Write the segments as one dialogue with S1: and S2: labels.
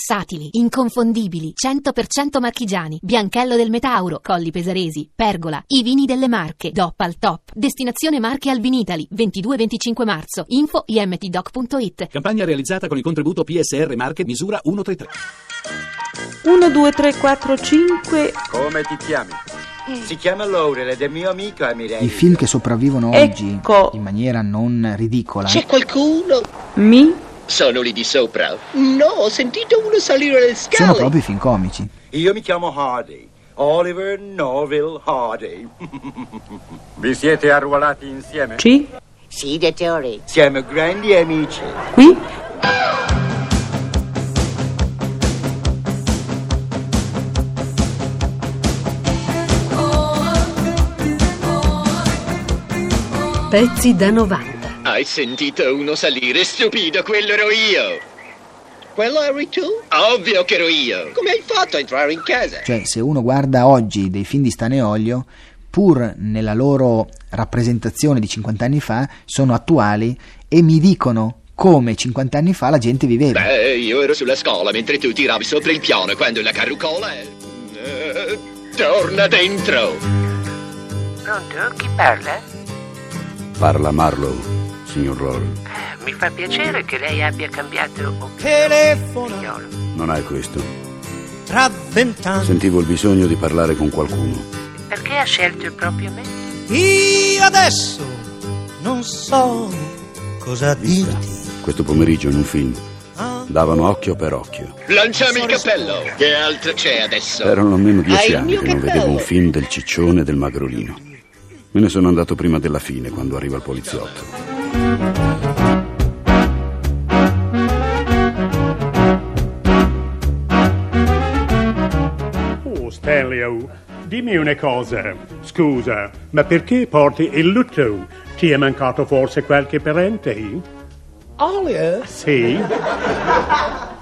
S1: Versatili, inconfondibili, 100% marchigiani, Bianchello del Metauro, Colli Pesaresi, Pergola, i vini delle Marche, DOP al top. Destinazione Marche Albinitali, 22-25 marzo, info imtdoc.it.
S2: Campagna realizzata con il contributo PSR Marche misura 133.
S3: 1, 2, 3, 4, 5.
S4: Come ti chiami?
S5: Eh.
S4: Si chiama Laurel ed è mio amico eh, Amirelli.
S6: I film che sopravvivono oggi
S3: Ecco.
S6: in maniera non ridicola. eh,
S7: C'è qualcuno?
S3: Mi?
S7: Sono lì di sopra. No, ho sentito uno salire le scale.
S6: Sono proprio i film comici.
S4: Io mi chiamo Hardy. Oliver Norville Hardy.
S5: Vi siete arruolati insieme?
S3: Ci?
S8: Sì, dottore.
S4: Siamo grandi amici.
S3: Qui?
S9: Pezzi da 90.
S7: Hai sentito uno salire? Stupido, quello ero io.
S8: Quello eri tu?
S7: Ovvio che ero io.
S8: Come hai fatto a entrare in casa?
S6: Cioè, se uno guarda oggi dei film di Staneolio, pur nella loro rappresentazione di 50 anni fa, sono attuali e mi dicono come 50 anni fa la gente viveva.
S7: Beh, io ero sulla scuola mentre tu tiravi sopra il piano quando la carrucola è... Eh, torna dentro.
S10: Pronto? Chi parla?
S11: Parla Marlow, signor Roll.
S10: Mi fa piacere che lei abbia cambiato opinione,
S12: Telefono
S10: figliolo.
S11: Non hai questo.
S12: tra vent'anni.
S11: Sentivo il bisogno di parlare con qualcuno.
S10: Perché ha scelto proprio me?
S12: Io adesso non so cosa dirti. Ah.
S11: Questo pomeriggio in un film davano occhio per occhio.
S7: Lanciami il cappello. Che altro c'è adesso?
S11: Erano almeno dieci
S7: Hai il
S11: anni
S7: mio
S11: che non
S7: cappello.
S11: vedevo un film del ciccione e del magrolino. Me ne sono andato prima della fine, quando arriva il poliziotto.
S13: Oh, Stelio, dimmi una cosa. Scusa, ma perché porti il lutto? Ti è mancato forse qualche parente?
S14: Alia,
S13: Sì?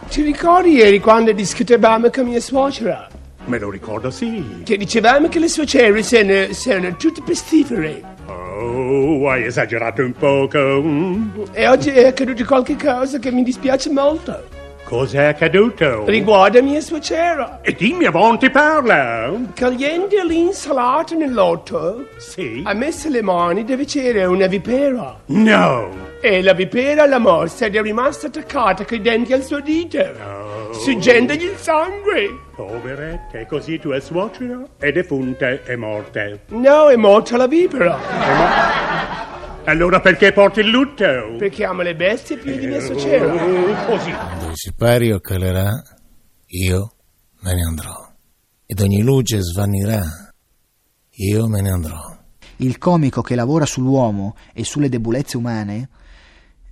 S14: ti ricordi ieri quando discutevamo con mia suocera?
S13: Me lo ricordo, sì.
S14: Che dicevamo che le suocere sono, sono tutte pestifere.
S13: Oh, hai esagerato un poco. mm?
S14: E oggi è accaduto qualche cosa che mi dispiace molto.
S13: Cos'è accaduto?
S14: Riguarda mia suocera.
S13: e dimmi, avanti, parla.
S14: Cogliendo l'insalata nell'otto,
S13: Sì?
S14: ha messo le mani dove c'era una vipera.
S13: No.
S14: E la vipera l'ha morsa ed è rimasta attaccata coi denti al suo dito,
S12: Oh.
S14: suggendogli il sangue.
S13: Poveretta, e così tua suocera è defunta e morta.
S14: No, è morta la vipera.
S13: Allora perché porti il lutto?
S14: Perché amo le bestie più di mia suocera.
S13: Oh, così.
S15: Quando il sipario calerà, io me ne andrò. Ed ogni luce svanirà, io me ne andrò.
S6: Il comico che lavora sull'uomo e sulle debolezze umane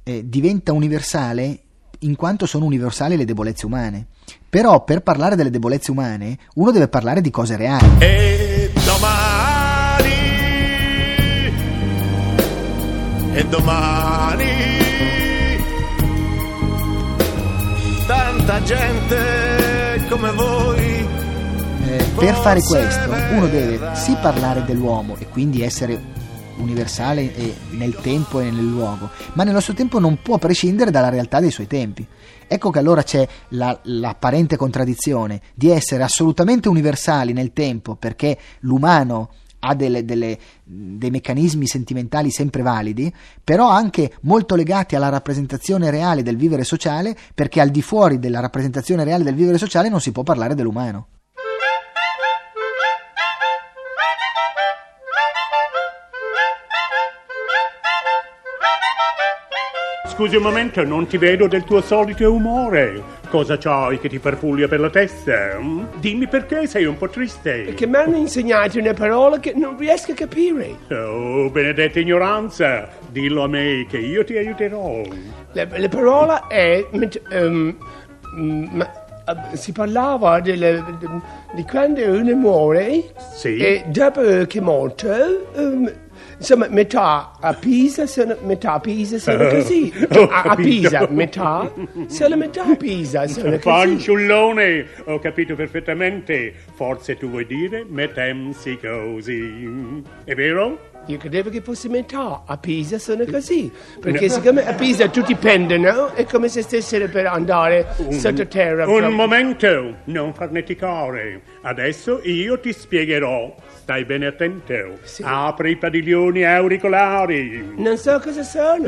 S6: eh, diventa universale in quanto sono universali le debolezze umane. Però per parlare delle debolezze umane uno deve parlare di cose reali.
S12: E domani. E domani. Tanta gente come voi.
S6: Eh, per fare questo uno deve sì parlare dell'uomo e quindi essere universale e nel tempo e nel luogo, ma nello stesso tempo non può prescindere dalla realtà dei suoi tempi. Ecco che allora c'è la- l'apparente contraddizione di essere assolutamente universali nel tempo perché l'umano ha delle- delle- dei meccanismi sentimentali sempre validi, però anche molto legati alla rappresentazione reale del vivere sociale, perché al di fuori della rappresentazione reale del vivere sociale non si può parlare dell'umano.
S13: Scusi un momento, non ti vedo del tuo solito umore. Cosa c'hai che ti farfuglia per la testa? mm? Dimmi perché sei un po' triste.
S14: Perché mi hanno insegnato una parola che non riesco a capire.
S13: Oh, benedetta ignoranza, dillo a me che io ti aiuterò.
S14: La, la parola è... met- ehm, mm, ma- eh, si parlava delle- di, di quando uno muore
S13: Sì?
S14: e dopo che è morto, ehm, insomma, metà a Pisa sono, metà a Pisa sono così.
S13: ho
S14: A, a
S13: capito.
S14: Pisa, metà, solo metà a Pisa sono così.
S13: Fanciullone, ho capito perfettamente. Forse tu vuoi dire mettemsi così. È vero?
S14: Io credevo che fosse metà. A Pisa sono così. Perché siccome a Pisa tutti pendono, è come se stessero per andare sottoterra.
S13: Un
S14: proprio.
S13: momento, non farneticare. Adesso io ti spiegherò. Stai bene attento. Apri i padiglioni auricolari.
S14: Non so cosa sono.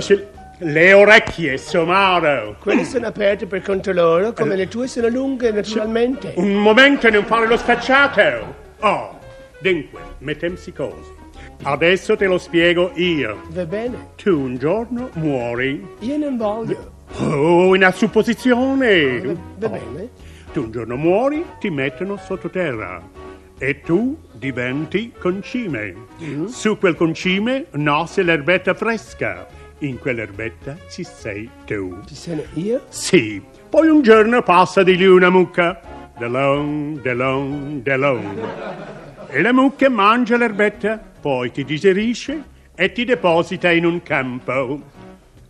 S13: Le orecchie, somaro.
S14: Quelle sono aperte per conto loro, come le tue sono lunghe naturalmente.
S13: Eh. Un momento, non fare lo scacciato. Oh, dunque, mettemsi così. Adesso te lo spiego io.
S14: Va bene.
S13: Tu un giorno muori.
S14: Io non voglio.
S13: Oh, una supposizione.
S14: Va bene.
S13: Tu un giorno muori, ti mettono sottoterra e tu diventi concime. Su quel concime nasce l'erbetta fresca. In quell'erbetta ci sei tu.
S14: Ci sono io?
S13: Sì. Poi un giorno passa di lì una mucca. Delon, delon, delon. E la mucca mangia l'erbetta, poi ti digerisce e ti deposita in un campo.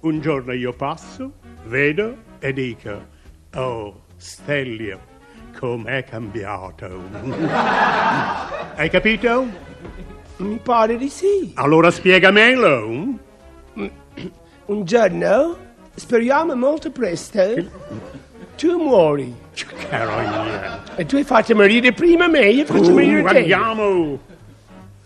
S13: Un giorno io passo, vedo e dico: Oh, Stelio, com'è cambiato! Hai capito?
S14: Mi pare di sì.
S13: Allora spiegamelo.
S14: Un giorno, speriamo molto presto, tu muori.
S13: Carolina.
S14: E tu hai fatto morire prima me, io faccio morire te.
S13: Uh, Andiamo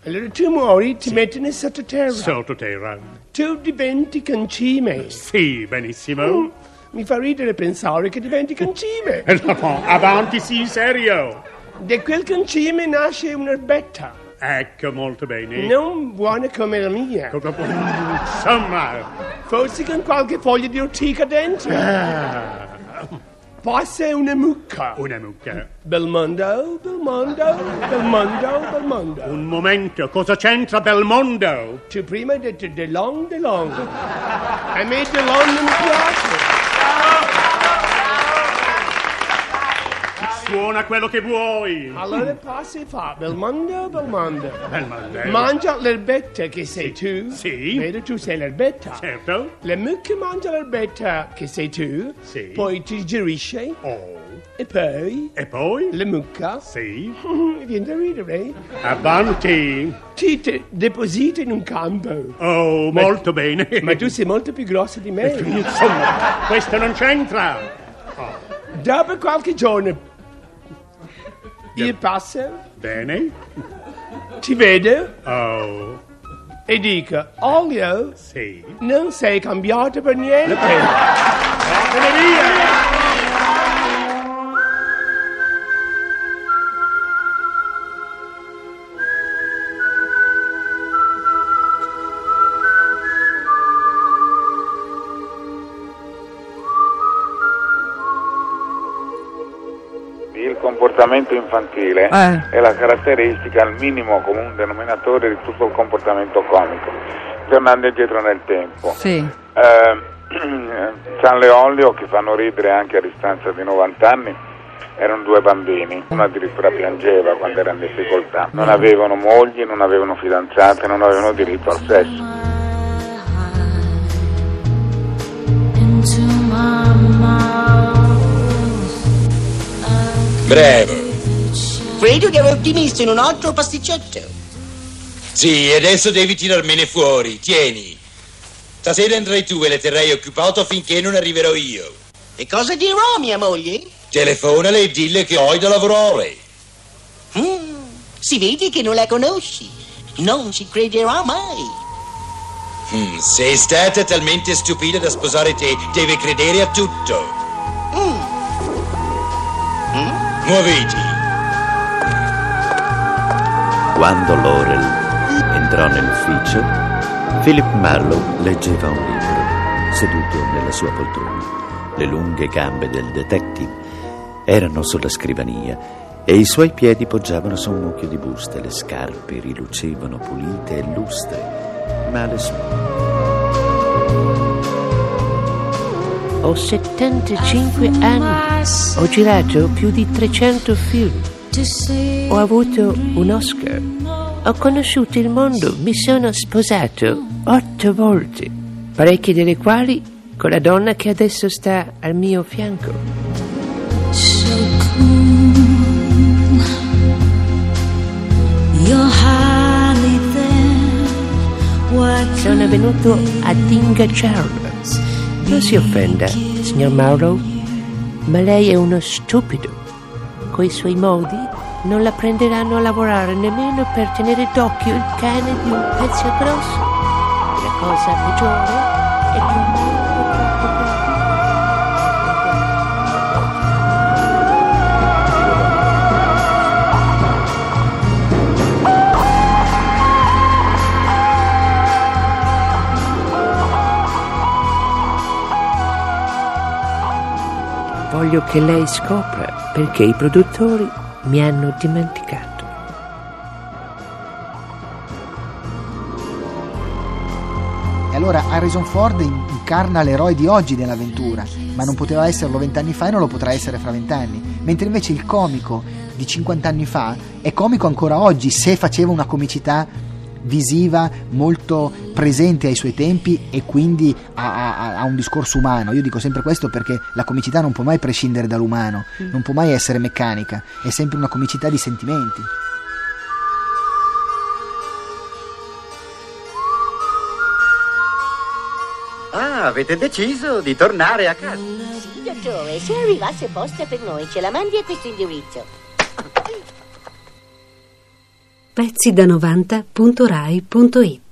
S14: Allora tu muori, ti mettono sottoterra.
S13: sottoterra.
S14: tu diventi concime.
S13: Sì, benissimo.
S14: Uh. Mi fa ridere pensare che diventi concime.
S13: E dopo, Eh, avanti, sì, serio.
S14: Da quel concime nasce un'erbetta.
S13: Ecco, molto bene.
S14: Non buona come la mia.
S13: Come- Insomma.
S14: Forse con qualche foglia di ortica dentro.
S13: Ah,
S14: Passa una mucca.
S13: una mucca.
S14: Belmondo, Belmondo, Belmondo, Belmondo.
S13: Un momento, cosa c'entra Belmondo?
S14: Tu prima hai detto De Long, De Long. A me De Long non piace.
S13: Suona quello che vuoi.
S14: Allora passi fa Belmondo, Belmondo.
S13: Belmondo.
S14: Mangia l'erbetta che sei tu.
S13: Sì.
S14: Vedo tu sei l'erbetta.
S13: Certo.
S14: La mucca mangia l'erbetta che sei tu.
S13: Sì.
S14: Poi ti digerisce.
S13: Oh.
S14: E poi
S13: E poi?
S14: la mucca.
S13: Sì.
S14: Mi viene da ridere.
S13: Avanti.
S14: Ti te- deposita in un campo.
S13: Oh,
S14: Ma-
S13: molto bene.
S14: Ma tu sei molto più grosso di me.
S13: Insomma, questo non c'entra.
S14: Dopo qualche giorno. Io passo,
S13: Bene.
S14: ti vedo
S13: Oh,
S14: e dico: Olio,
S13: sì.
S14: non sei cambiato per niente.
S13: Vattene via!
S16: Il comportamento infantile
S17: Eh.
S16: è la caratteristica al minimo comune denominatore di tutto il comportamento comico. Tornando indietro nel tempo,
S17: Sì.
S16: eh, San Leolio, che fanno ridere anche a distanza di 90 anni, erano due bambini, uno addirittura piangeva quando era in difficoltà, non avevano mogli, non avevano fidanzate, non avevano diritto al sesso.
S18: into my mouth.
S19: Bravo.
S8: Credo di averti messo in un altro pasticcetto.
S19: Sì, adesso devi tirarmene fuori. Tieni. Stasera andrai tu e le terrai occupato finché non arriverò io.
S8: E cosa dirò a mia moglie?
S19: Telefonale e dille che ho da lavorare.
S8: Mm, si vede che non la conosci. Non ci crederà mai.
S19: Mm, sei stata talmente stupida da sposare te, deve credere a tutto. Muoviti.
S20: Quando Laurel entrò nell'ufficio, Philip Marlowe leggeva un libro, seduto nella sua poltrona. Le lunghe gambe del detective erano sulla scrivania e i suoi piedi poggiavano su un mucchio di buste. Le scarpe rilucevano pulite e lustre, ma le sue...
S21: Ho 75 anni. Ho girato più di 300 film. Ho avuto un Oscar. Ho conosciuto il mondo. Mi sono sposato otto volte, parecchie delle quali con la donna che adesso sta al mio fianco.
S18: So cool. You're highly there.
S21: venuto ad ingaggiarla. Non si offenda, signor Mauro, ma lei è uno stupido. Coi suoi modi non la prenderanno a lavorare nemmeno per tenere d'occhio il cane di un pezzo grosso. La cosa peggiore è che un Voglio che lei scopra perché i produttori mi hanno dimenticato.
S6: E allora Harrison Ford incarna l'eroe di oggi nell'avventura, ma non poteva esserlo vent'anni fa e non lo potrà essere fra vent'anni. Mentre invece il comico di 50 anni fa è comico ancora oggi se faceva una comicità visiva molto presente ai suoi tempi e quindi ha, ha- ha un discorso umano. Io dico sempre questo perché la comicità non può mai prescindere dall'umano,
S3: Mm.
S6: non può mai essere meccanica, è sempre una comicità di sentimenti.
S17: Ah, avete deciso di tornare a casa.
S22: Dottore, se arrivasse posta per noi, ce la mandi a questo indirizzo.
S9: Pezzi da 90.rai.it